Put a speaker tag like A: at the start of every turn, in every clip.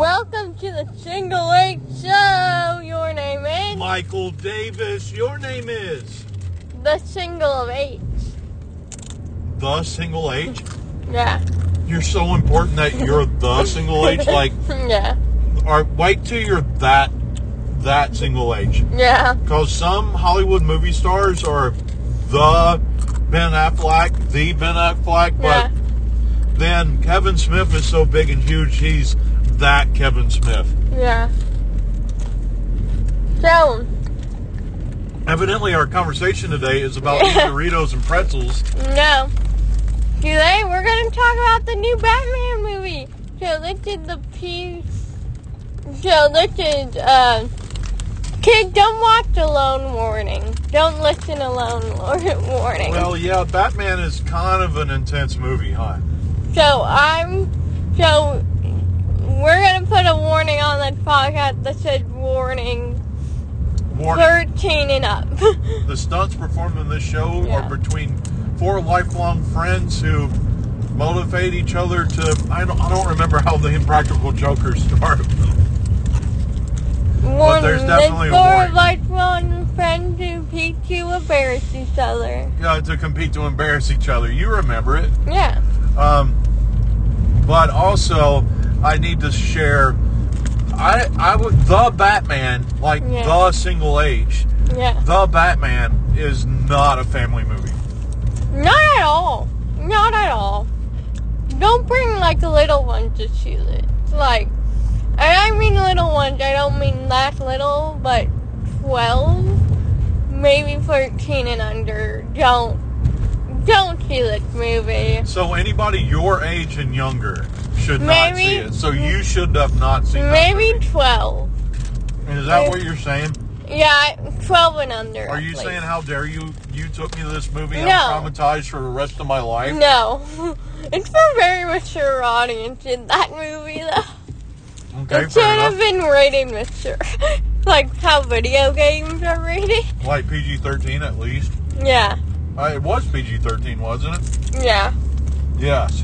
A: to the Single Lake Show. Your name is
B: Michael Davis, your name is
A: the Single of Eight.
B: the single H.
A: Yeah.
B: You're so important that you're the single H. Like,
A: yeah.
B: are wait till you're that that single H.
A: Yeah.
B: Because some Hollywood movie stars are the Ben Affleck, the Ben Affleck,
A: Yeah.
B: but then Kevin Smith is so big and huge, he's that Kevin Smith.
A: Yeah. So,
B: Evidently, our conversation today is about eating Doritos and pretzels.
A: no. Today we're going to talk about the new Batman movie. So this is the piece. So this is, uh, kid, don't watch alone warning. Don't listen alone warning.
B: Well, yeah, Batman is kind of an intense movie, huh?
A: So I'm so we're gonna put a warning on that podcast that said warning
B: Warning:
A: thirteen and up.
B: the stunts performed in this show
A: Yeah.
B: are between four lifelong friends who motivate each other to. I don't, I don't remember how the Impractical Joker started.
A: Warning
B: there's definitely a warning.
A: like one friend who peek you embarrass each other.
B: uh, to compete to embarrass each other. You remember it.
A: Yeah.
B: Um, but also, I need to share. I I would the Batman like
A: Yeah.
B: the single H.
A: Yeah.
B: The Batman is not a family movie.
A: Not at all. Not at all. Don't bring like little ones to see it. Like and I mean little ones, I don't mean that little, but twelve, maybe thirteen and under. Don't don't see this movie.
B: So anybody your age and younger should not
A: Maybe-
B: see it. So you should have not seen. that
A: Maybe
B: movie.
A: twelve.
B: Is that what you're saying?
A: Yeah, twelve and under.
B: Are you
A: at
B: saying
A: least.
B: how dare you? You took me to this movie.
A: No.
B: I'm traumatized for the rest of my life.
A: No. it's for a very mature audience in that movie though.
B: Okay,
A: it should
B: fair
A: have
B: enough.
A: been rated mature. like how video games are rated.
B: Like PG-13 at least.
A: Yeah.
B: Uh, it was PG-13, wasn't it?
A: Yeah.
B: Yes.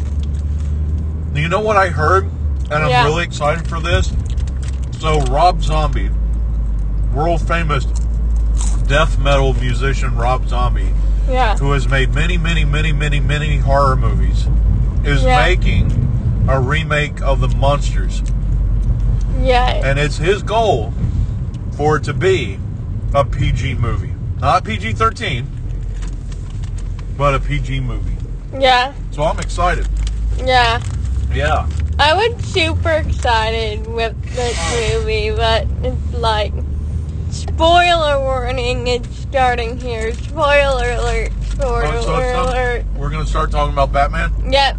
B: You know what I heard, and
A: Yeah.
B: I'm really excited for this. So Rob Zombie, world famous death metal musician Rob Zombie,
A: Yeah.
B: who has made many, many, many, many, many horror movies, is
A: Yeah.
B: making a remake of the Monsters,
A: Yeah.
B: and it's his goal for it to be a PG movie, not PG thirteen, but a PG movie.
A: Yeah.
B: So I'm excited.
A: Yeah.
B: Yeah.
A: I was super excited with this movie, but it's like spoiler warning is starting here. Spoiler alert. Spoiler
B: Oh, so it's not-
A: alert.
B: We're gonna start talking about Batman.
A: Yep.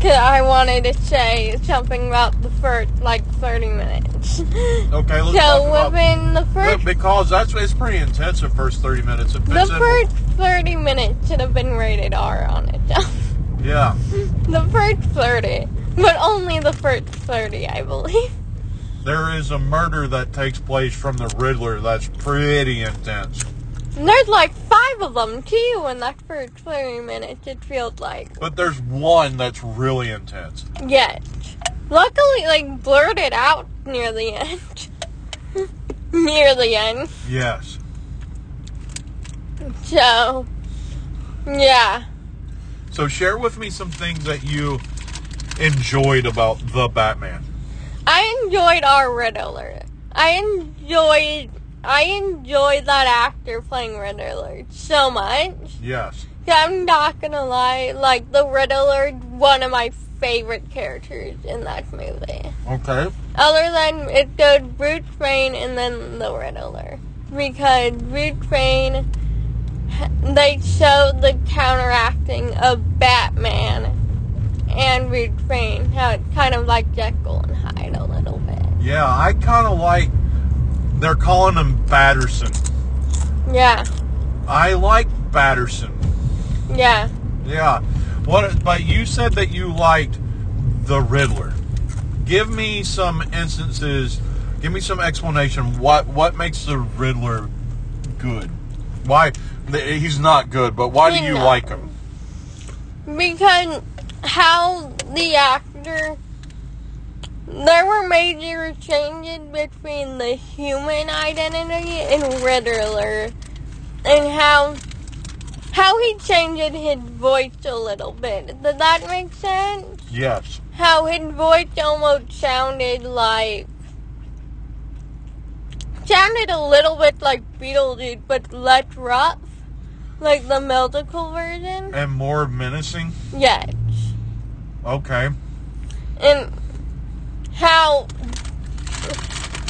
A: Cause I wanted to say something about the first like 30 minutes.
B: Okay, let's talk
A: so
B: about
A: within the first
B: because that's it's pretty intense the first thirty minutes. It
A: the
B: fits in-
A: first 30 minutes should have been rated R on it.
B: yeah,
A: the first 30, but only the first 30, I believe.
B: there is a murder that takes place from the Riddler that's pretty intense.
A: And there's like five of them too in that first 30 minutes, it feels like.
B: But there's one that's really intense.
A: Yes. Luckily, like, blurted out near the end. near the end.
B: Yes.
A: So, yeah.
B: So share with me some things that you enjoyed about the Batman.
A: I enjoyed our Riddler. I enjoyed. I enjoyed that actor playing Riddler so much.
B: Yes.
A: Yeah, I'm not gonna lie, like the Riddler, one of my favorite characters in that movie.
B: Okay.
A: Other than it goes Bruce Wayne and then the Riddler, because Bruce Wayne, they showed the counteracting of Batman and Bruce Wayne, how it's kind of like Jekyll and Hyde a little bit.
B: Yeah, I kind of like. They're calling him Batterson.
A: Yeah,
B: I like Batterson.
A: yeah,
B: Yeah. What? But you said that you liked the Riddler. Give me some instances. Give me some explanation. What What makes the Riddler good? Why th- he's not good, but why do you
A: No.
B: like him?
A: because how the actor There were major changes between the human identity and Riddler, and how how he changed his voice a little bit. Does that make sense?
B: Yes.
A: How his voice almost sounded like sounded a little bit like Beetlejuice, but less rough, like the musical version.
B: And more menacing.
A: Yes,
B: Okay.
A: and how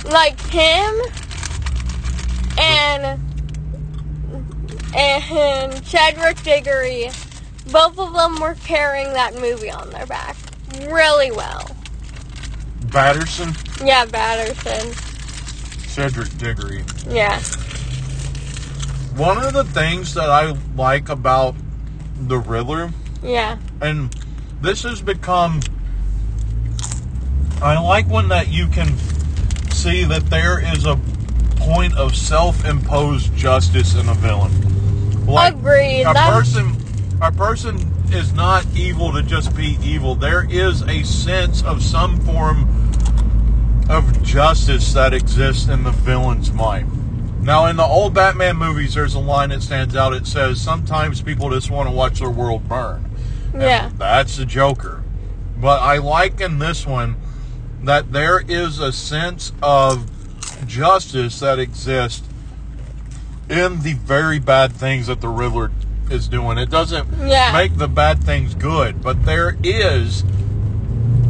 A: like him and and Chadwick Diggory, both of them were carrying that movie on their back really well.
B: Batterson,
A: Yeah, Batterson.
B: Cedric Diggory.
A: Yeah.
B: One of the things that I like about the Riddler,
A: Yeah.
B: and this has become, I like when that you can see that there is a point of self-imposed justice in a villain.
A: Agreed.
B: A
A: That's-
B: person, a person is not evil to just be evil. There is a sense of some form of justice that exists in the villain's mind. Now, in the old Batman movies, there's a line that stands out. It says, "Sometimes people just want to watch their world burn." And
A: Yeah.
B: that's the Joker. But I like in this one that there is a sense of justice that exists in the very bad things that the Riddler is doing. It doesn't
A: Yeah.
B: make the bad things good, but there is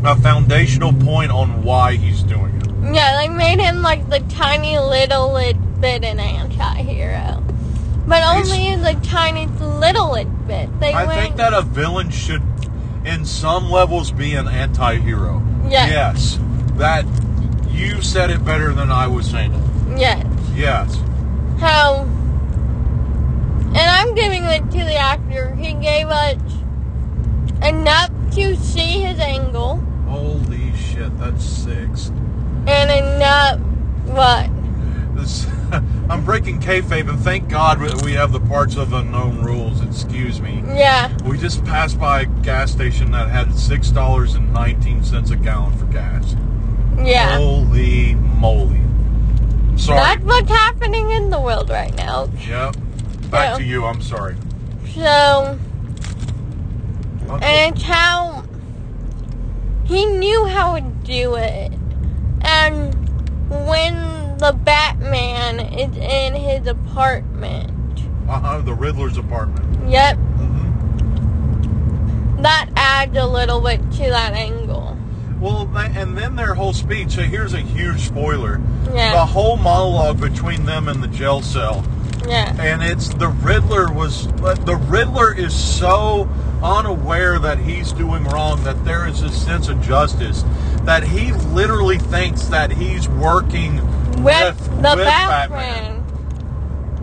B: a foundational point on why he's doing it.
A: Yeah, they made him like the tiny little lit- bit an anti-hero. But
B: He's-
A: only in the tiny little lit- bit. They
B: I
A: went,
B: think that a villain should, in some levels, be an anti hero.
A: Yes.
B: Yes. That you said it better than I was saying it.
A: Yes.
B: Yes.
A: How... And I'm giving it to the actor. He gave us enough to see his angle.
B: Holy shit, that's six.
A: And enough... What?
B: This, I'm breaking kayfabe, and thank God that we have the parts of unknown rules. Excuse me.
A: Yeah.
B: We just passed by a gas station that had six dollars and nineteen cents a gallon for gas.
A: Yeah.
B: Holy moly! Oh, Sorry.
A: That's what's happening in the world right now.
B: Yep. Back
A: Yeah.
B: to you. I'm sorry.
A: So...
B: Uncle-
A: and it's how he knew how to do it. And when the Batman is in his apartment,
B: uh-huh, the Riddler's apartment.
A: yep,
B: Mhm.
A: that adds a little bit to that angle.
B: Well, tha- and then their whole speech. So here's a huge spoiler. The
A: Yeah,
B: whole monologue between them and the jail cell
A: yeah,
B: and it's the Riddler was but the Riddler is so unaware that he's doing wrong that there is a sense of justice that he literally thinks that he's working
A: with, the
B: with
A: Batman.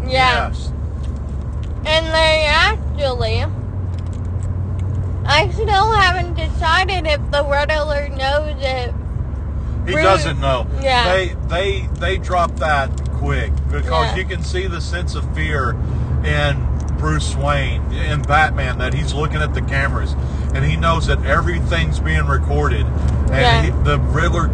A: yeah.
B: Yes.
A: And they actually, I still haven't decided if the Riddler knows it.
B: He
A: Really-
B: doesn't know.
A: Yeah.
B: They they they drop that quick because
A: Yeah.
B: you can see the sense of fear in Bruce Wayne in Batman that he's looking at the cameras and he knows that everything's being recorded. And
A: Yeah.
B: he, the Riddler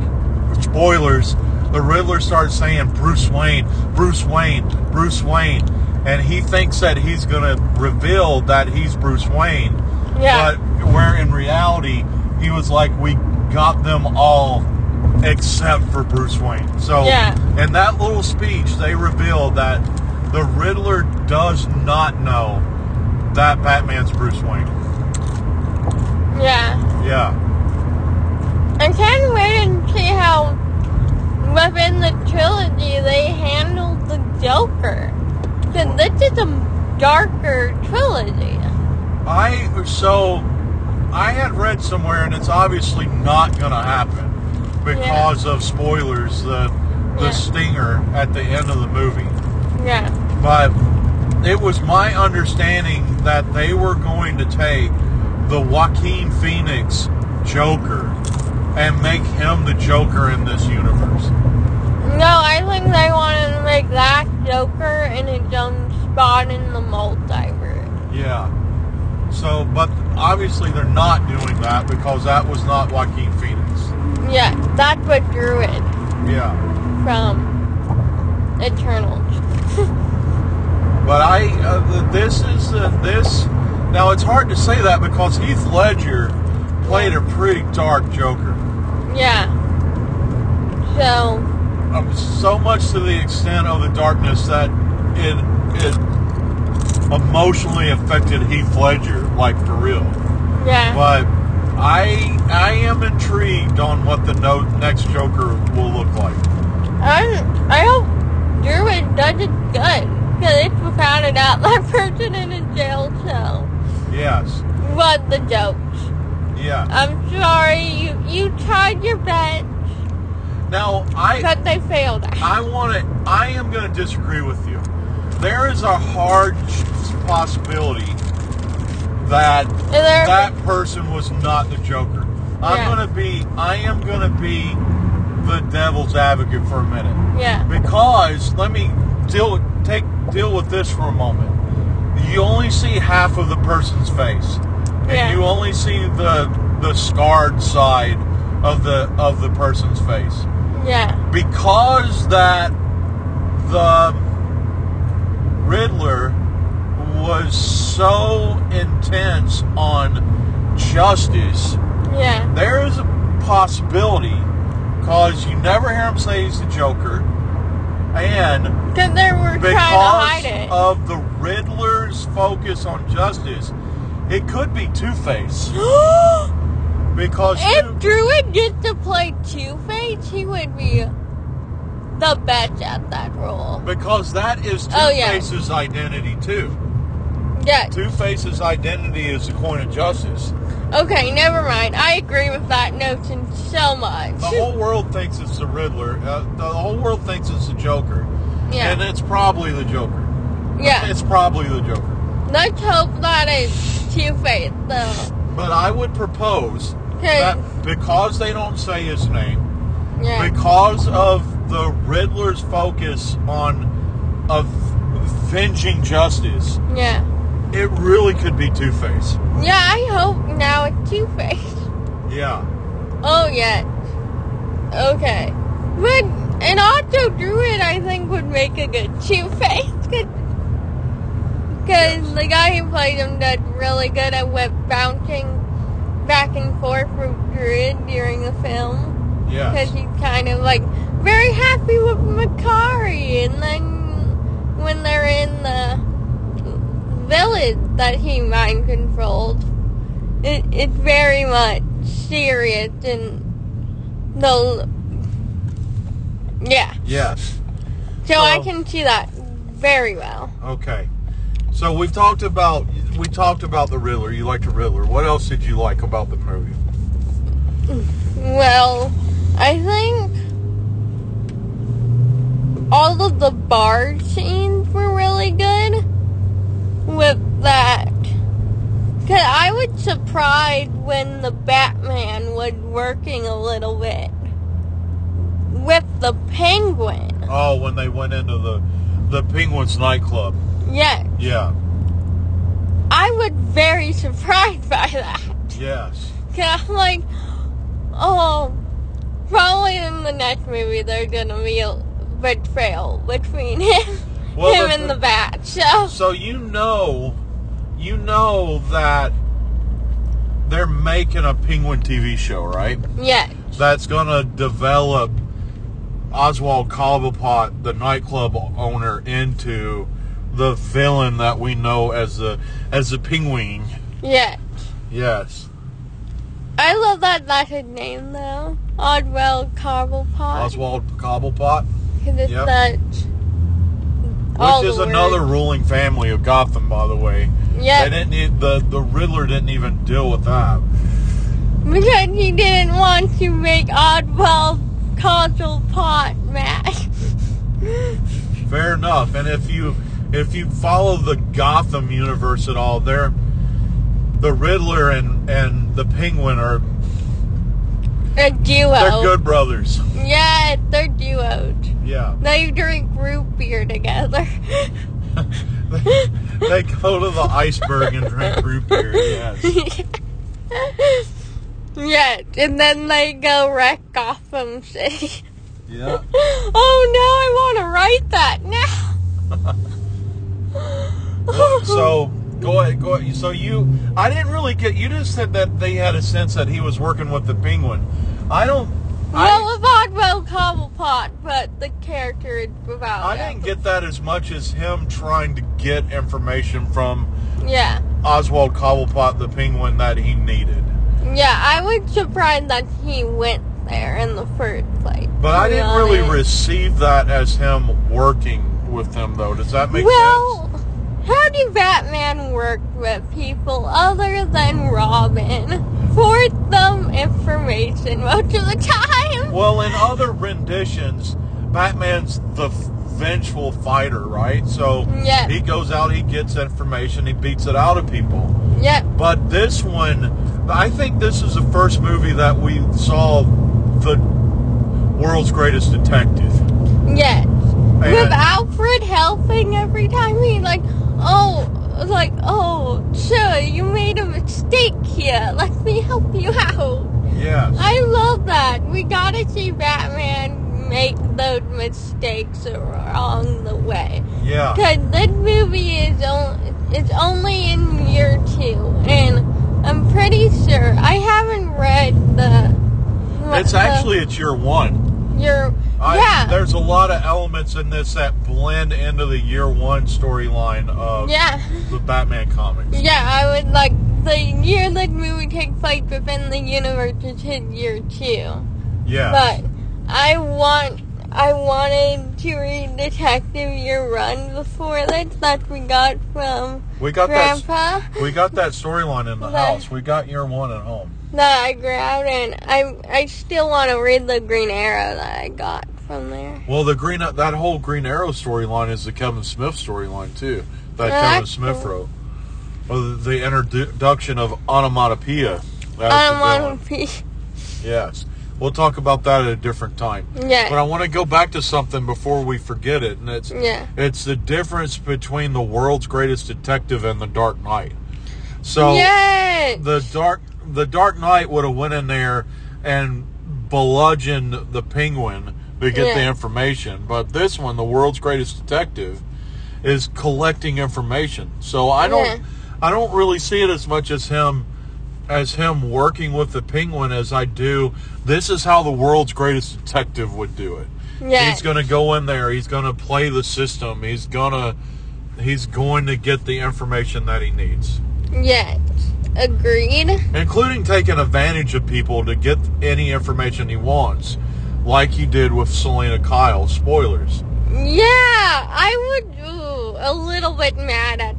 B: spoilers, the Riddler starts saying Bruce Wayne, Bruce Wayne, Bruce Wayne. And he thinks that he's gonna reveal that he's Bruce Wayne.
A: Yeah.
B: But where in reality, he was like, we got them all except for Bruce Wayne. So,
A: Yeah.
B: in that little speech, they revealed that the Riddler does not know that Batman's Bruce Wayne.
A: yeah.
B: Yeah.
A: I can't wait and see how within the trilogy they handled the Joker. 'Cause this is a darker trilogy.
B: I, so, I had read somewhere, and it's obviously not going to happen because of spoilers, the, the
A: Yeah.
B: stinger at the end of the movie.
A: Yeah.
B: but it was my understanding that they were going to take the Joaquin Phoenix Joker and make him the Joker in this universe.
A: No, I think they wanted to make that Joker in his own spot in the multiverse.
B: Yeah. So, but obviously they're not doing that because that was not Joaquin Phoenix. Yes.
A: Yeah, that's what drew it
B: Yeah.
A: from Eternals.
B: But I, uh, this is the, this. Now it's hard to say that because Heath Ledger played a pretty dark Joker.
A: Yeah. So,
B: Um, so much to the extent of the darkness that it it emotionally affected Heath Ledger, like for real.
A: yeah.
B: But I I am intrigued on what the no, next Joker will look like.
A: I'm, I hope Druid does it good. Because it's without a doubt that person in a jail cell
B: Yes.
A: was the jokes.
B: Yeah.
A: I'm sorry, you, you tried your best,
B: Now I
A: but they failed.
B: I want to. I am going to disagree with you. There is a hard possibility that
A: And there-
B: that person was not the Joker. I'm
A: Yeah.
B: going to be. I am going to be the devil's advocate for a minute
A: yeah,
B: because let me deal take deal with this for a moment. You only see half of the person's face, and
A: Yeah.
B: you only see the the scarred side of the of the person's face
A: yeah,
B: because that the Riddler was so intense on justice,
A: yeah,
B: there is a possibility because you never hear him say he's the Joker, and
A: because they were trying to hide
B: because
A: it.
B: of the Riddler's focus on justice, it could be Two Face because
A: if Druid gets to play Two Face, he would be the best at that role.
B: because that is Two
A: Oh, yeah.
B: Face's identity too.
A: Yeah.
B: Two Face's identity is the coin of justice.
A: Okay, never mind. I agree with that notion so much.
B: The whole world thinks it's the Riddler. Uh, the whole world thinks it's the Joker.
A: Yeah.
B: And it's probably the Joker.
A: yeah.
B: It's probably the Joker.
A: Let's hope that is Two Face though.
B: But I would propose
A: Okay.
B: that because they don't say his name,
A: Yeah.
B: because of the Riddler's focus on avenging justice,
A: Yeah.
B: it really could be Two Face.
A: Yeah, I hope now it's Two Face.
B: Yeah.
A: Oh yeah. Okay. But and also Druid I think would make a good two face because the guy who played him did really good at whip bouncing back and forth with Druid during the film because
B: Yes.
A: he's kind of like very happy with Makari and then when they're in the village that he mind controlled it, it's very much serious and the yeah
B: Yes.
A: so i
B: Well-
A: can see that very well
B: Okay. So we've talked about we talked about the Riddler. You liked the Riddler. What else did you like about the movie?
A: well i think all of the bar scenes were really good with that because i was surprised when the batman was working a little bit with the penguin
B: Oh, when they went into the the Penguins nightclub.
A: yes
B: Yeah.
A: I was very surprised by that.
B: Yes.
A: Cause I'm like, oh, probably in the next movie they're gonna be a betrayal between him,
B: Well,
A: him
B: the-
A: and the bat. So
B: So you know, you know that they're making a Penguin TV show, right?
A: yeah,
B: That's gonna develop Oswald Cobblepot, the nightclub owner, into the villain that we know as the as the Penguin.
A: yeah.
B: Yes.
A: I love that that's his name though. Oddwell Cobblepot.
B: Oswald Cobblepot,
A: Because it's
B: yep.
A: such. all
B: which is
A: the
B: another
A: words.
B: ruling family of Gotham, by the way. They
A: Yeah,
B: didn't e- the the Riddler didn't even deal with that.
A: because he didn't want to make Oddwell Cobblepot mad.
B: Fair enough. And if you if you follow the Gotham universe at all, there the Riddler and and the Penguin are
A: A duo.
B: they're good brothers.
A: Yeah, they're duoed.
B: Yeah,
A: They drink root beer together.
B: they go to the iceberg and drink root beer. Yes.
A: Yes, and then they go wreck Gotham City.
B: Yeah.
A: oh no, I want to write that now.
B: so go ahead, go ahead. So you, I didn't really get. You just said that they had a sense that he was working with the penguin. I don't. I,
A: Well, about Cobblepot, but the character is about.
B: I didn't get that as much as him trying to get information from
A: Yeah,
B: Oswald Cobblepot, the penguin that he needed.
A: yeah, I was surprised that he went there in the first place.
B: But I
A: to be
B: didn't really
A: honest.
B: receive that as him working with them, though. Does that make sense?
A: well, how did Batman work with people other than Robin? Force them information most of the time.
B: Well, in other renditions, Batman's the vengeful fighter, right? So
A: Yeah.
B: he goes out, he gets information, he beats it out of people.
A: Yep.
B: But this one, I think this is the first movie that we saw the world's greatest detective.
A: Yes.
B: And-
A: With Alfred helping every time he like, oh, like, oh, sure, you made a mistake here. Let me help you out.
B: Yes.
A: I love that. We gotta see Batman make those mistakes along the way.
B: Yeah.
A: Cause this movie is on, it's only in year two, and I'm pretty sure I haven't read the.
B: It's
A: the-
B: actually it's year one.
A: your
B: I,
A: yeah.
B: There's a lot of elements in this that blend into the year one storyline of
A: yeah.
B: the Batman comics.
A: Yeah, I would like the year that movie take place within the universe is his year two.
B: Yeah.
A: But I want I wanted to read Detective Year Run before this that we got from
B: we got that.
A: Grandpa
B: We got that storyline in the
A: Okay.
B: house. We got year one at home.
A: that I grabbed and I I still want to read the Green Arrow that I got from there.
B: Well, the green that whole Green Arrow storyline is the Kevin Smith storyline too. That
A: Yeah,
B: Kevin
A: that's
B: Smith
A: cool.
B: wrote. Well, the introduction of onomatopoeia. as the
A: I
B: villain.
A: want to be
B: Yes, we'll talk about that at a different time. But I
A: yeah
B: want to go back to something before we forget it, and it's
A: yeah
B: it's the difference between the world's greatest detective and the Dark Knight. So
A: yeah
B: the dark the Dark Knight would have went in there and bludgeoned the Penguin to get the
A: Yeah.
B: information, but this one, the world's greatest detective, is collecting information. So I don't
A: Yeah.
B: I don't really see it as much as him as him working with the Penguin as I do. This is how the world's greatest detective would do it.
A: yeah
B: He's going to go in there. He's going to play the system. He's going to he's going to get the information that he needs
A: yes agreed
B: including taking advantage of people to get any information he wants, like he did with Selena Kyle. Spoilers.
A: Yeah, I would ooh, a little bit mad at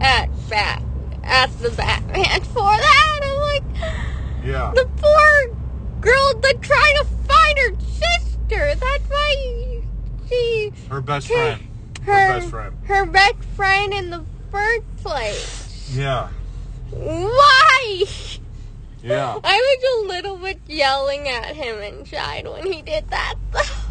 A: at Bat at the Batman for that. I'm like
B: Yeah.
A: the poor girl that tried to find her sister. That's why she
B: Her best
A: her
B: friend.
A: her
B: best friend.
A: her best friend in the first place.
B: Yeah.
A: Why?
B: Yeah.
A: I was a little bit yelling at him inside when he did that.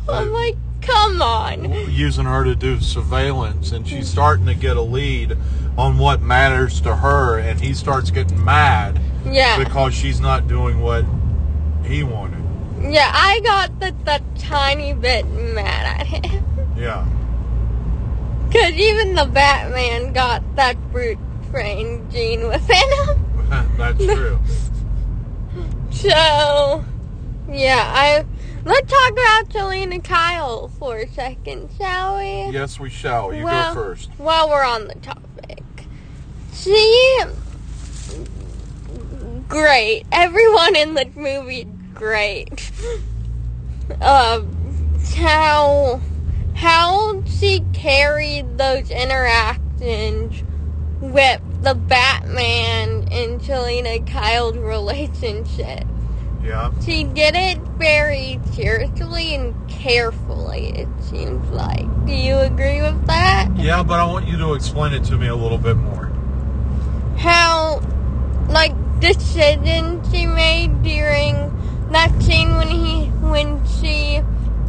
A: Though. I'm like, come on.
B: Using her to do surveillance, and she's starting to get a lead on what matters to her, and he starts getting mad
A: Yeah.
B: because she's not doing what he wanted.
A: Yeah, I got the, the tiny bit mad at him.
B: Yeah.
A: Because even the Batman got that brute brain gene within him.
B: That's true.
A: So, yeah, I. Let's talk about Selena Kyle for a second, shall we?
B: Yes, we shall. You
A: Well-
B: go first.
A: While we're on the topic. She. Great. Everyone in the movie, great. Uh, how. How she carried those interactions with the Batman and Selena Kyle's relationship.
B: Yeah.
A: She did it very seriously and carefully, it seems like. Do you agree with that?
B: Yeah, but I want you to explain it to me a little bit more.
A: how like decisions she made during that scene when he when she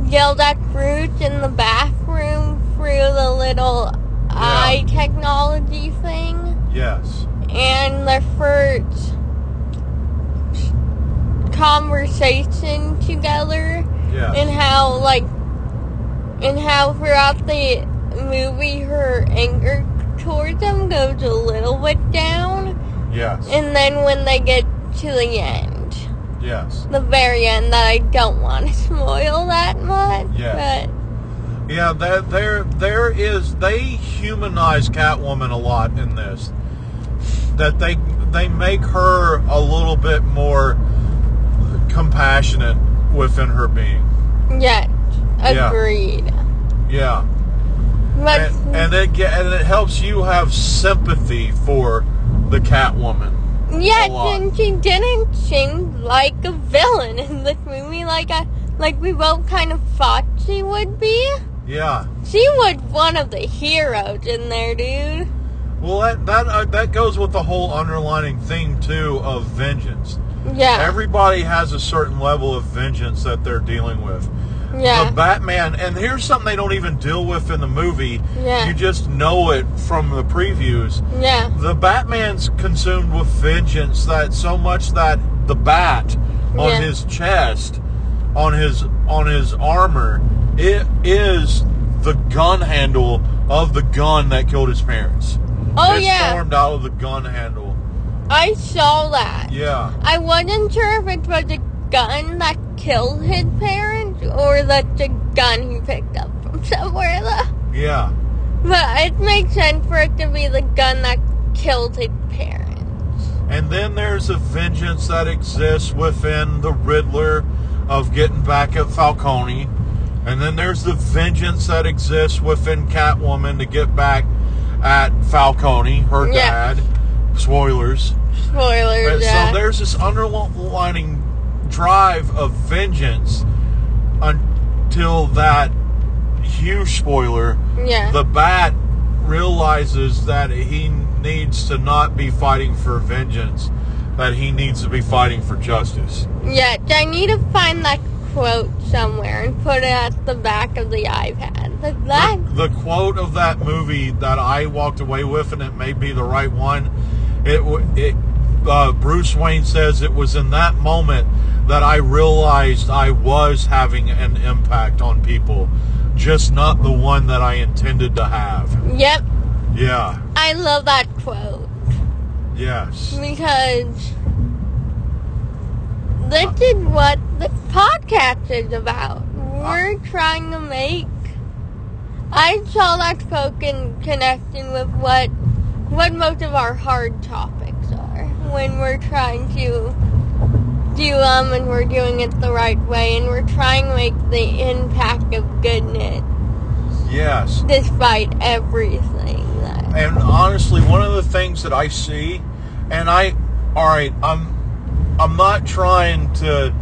A: yelled at Bruce in the bathroom through the little eye technology thing
B: Yes.
A: and the first conversation together
B: Yeah.
A: and how like and how throughout the movie her anger towards him goes a little bit down
B: yes.
A: and then when they get to the end
B: yes.
A: the very end that i don't want to spoil that much
B: Yeah. Yeah, there, there, there is. They humanize Catwoman a lot in this. That they they make her a little bit more compassionate within her being.
A: but yes
B: Yeah.
A: agreed
B: Yeah,
A: but
B: and, and it ge- and it helps you have sympathy for the Catwoman.
A: Yeah,
B: a lot.
A: and she didn't seem like a villain in this movie. Like I, like we both kind of thought she would be.
B: Yeah.
A: She was one of the heroes in there, dude.
B: Well, that that uh, that goes with the whole underlining theme too of vengeance.
A: Yeah,
B: Everybody has a certain level of vengeance that they're dealing with.
A: yeah,
B: the Batman, and here's something they don't even deal with in the movie.
A: Yeah.
B: You just know it from the previews.
A: yeah,
B: The Batman's consumed with vengeance that so much that the bat on
A: Yeah.
B: his chest, on his on his armor, it is the gun handle of the gun that killed his parents.
A: Oh,
B: It's
A: yeah.
B: formed out of the gun handle.
A: I saw that.
B: Yeah.
A: I wasn't sure if it was a gun that killed his parents or that the gun he picked up from somewhere. Though.
B: Yeah.
A: But it makes sense for it to be the gun that killed his parents.
B: And then there's a vengeance that exists within the Riddler of getting back at Falcone. And then there's the vengeance that exists within Catwoman to get back at Falcone, her
A: Yeah.
B: dad. Spoilers.
A: Spoilers.
B: But-
A: yeah.
B: So there's this underlining drive of vengeance until that huge spoiler
A: yeah.
B: the bat realizes that he needs to not be fighting for vengeance that he needs to be fighting for justice
A: Yes, I need to find that quote somewhere and put it at the back of the iPad. But that,
B: the quote of that movie that i walked away with and it may be the right one it w- it uh, bruce wayne says it was in that moment that i realized i was having an impact on people just not the one that i intended to have
A: yep,
B: yeah
A: I love that quote
B: yes
A: because this is what this podcast is about. We're trying to make. I saw that quote in connection with what what most of our hard topics are when we're trying to do them and we're doing it the right way and we're trying to make the impact of goodness
B: yes
A: despite everything. That,
B: and honestly one of the things that i see and i all right i'm i'm not trying to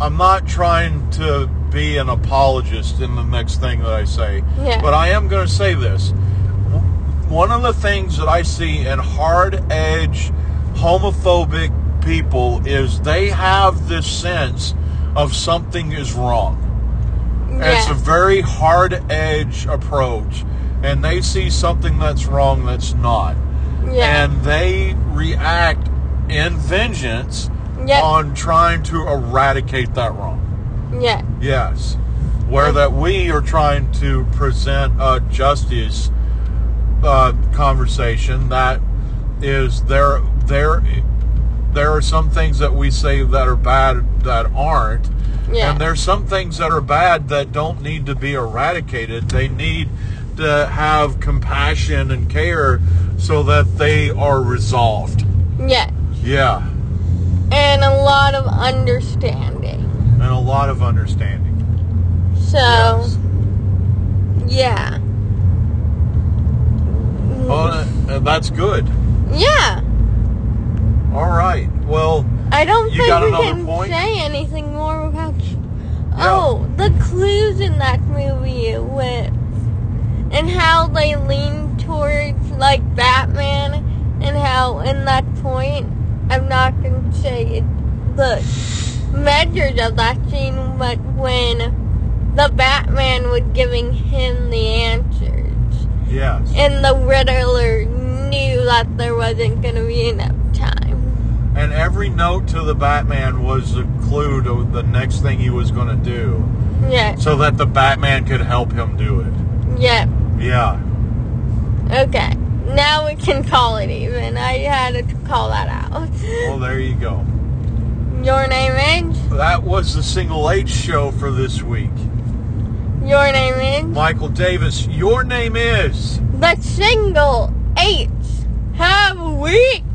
B: i'm not trying to be an apologist in the next thing that i say
A: Yeah.
B: but i am going to say this W- one of the things that i see in hard edge homophobic people is they have this sense of something is wrong it's a
A: yeah,
B: very hard edge approach, and they see something that's wrong that's not,
A: yeah,
B: and they react in vengeance
A: Yep.
B: on trying to eradicate that wrong.
A: yeah.
B: Yes, where
A: Um,
B: that we are trying to present a justice uh, conversation that is there. There, there are some things that we say that are bad that aren't.
A: yeah.
B: And there's some things that are bad that don't need to be eradicated. They need to have compassion and care so that they are resolved.
A: Yeah,
B: Yeah.
A: and a lot of understanding.
B: And a lot of understanding.
A: So,
B: Yes.
A: yeah.
B: Well, uh, that's good.
A: yeah,
B: All right. Well,
A: I don't
B: You
A: think
B: got
A: we
B: another
A: can
B: point?
A: say anything more about. Oh, the clues in that movie with, and how they lean towards like Batman, and how in that point, I'm not gonna say it, the measures of that scene, but when the Batman was giving him the answers.
B: yes.
A: and the Riddler knew that there wasn't gonna be enough time.
B: And, and every note to the Batman was a clue to the next thing he was going to do,
A: Yeah.
B: so that the Batman could help him do it.
A: Yeah.
B: Yeah,
A: Okay. Now we can call it even. I had to call that out.
B: well, there you go.
A: Your name is?
B: That was the Single H show for this week.
A: Your name is?
B: Michael Davis, your name is.
A: The single eight. Have a week.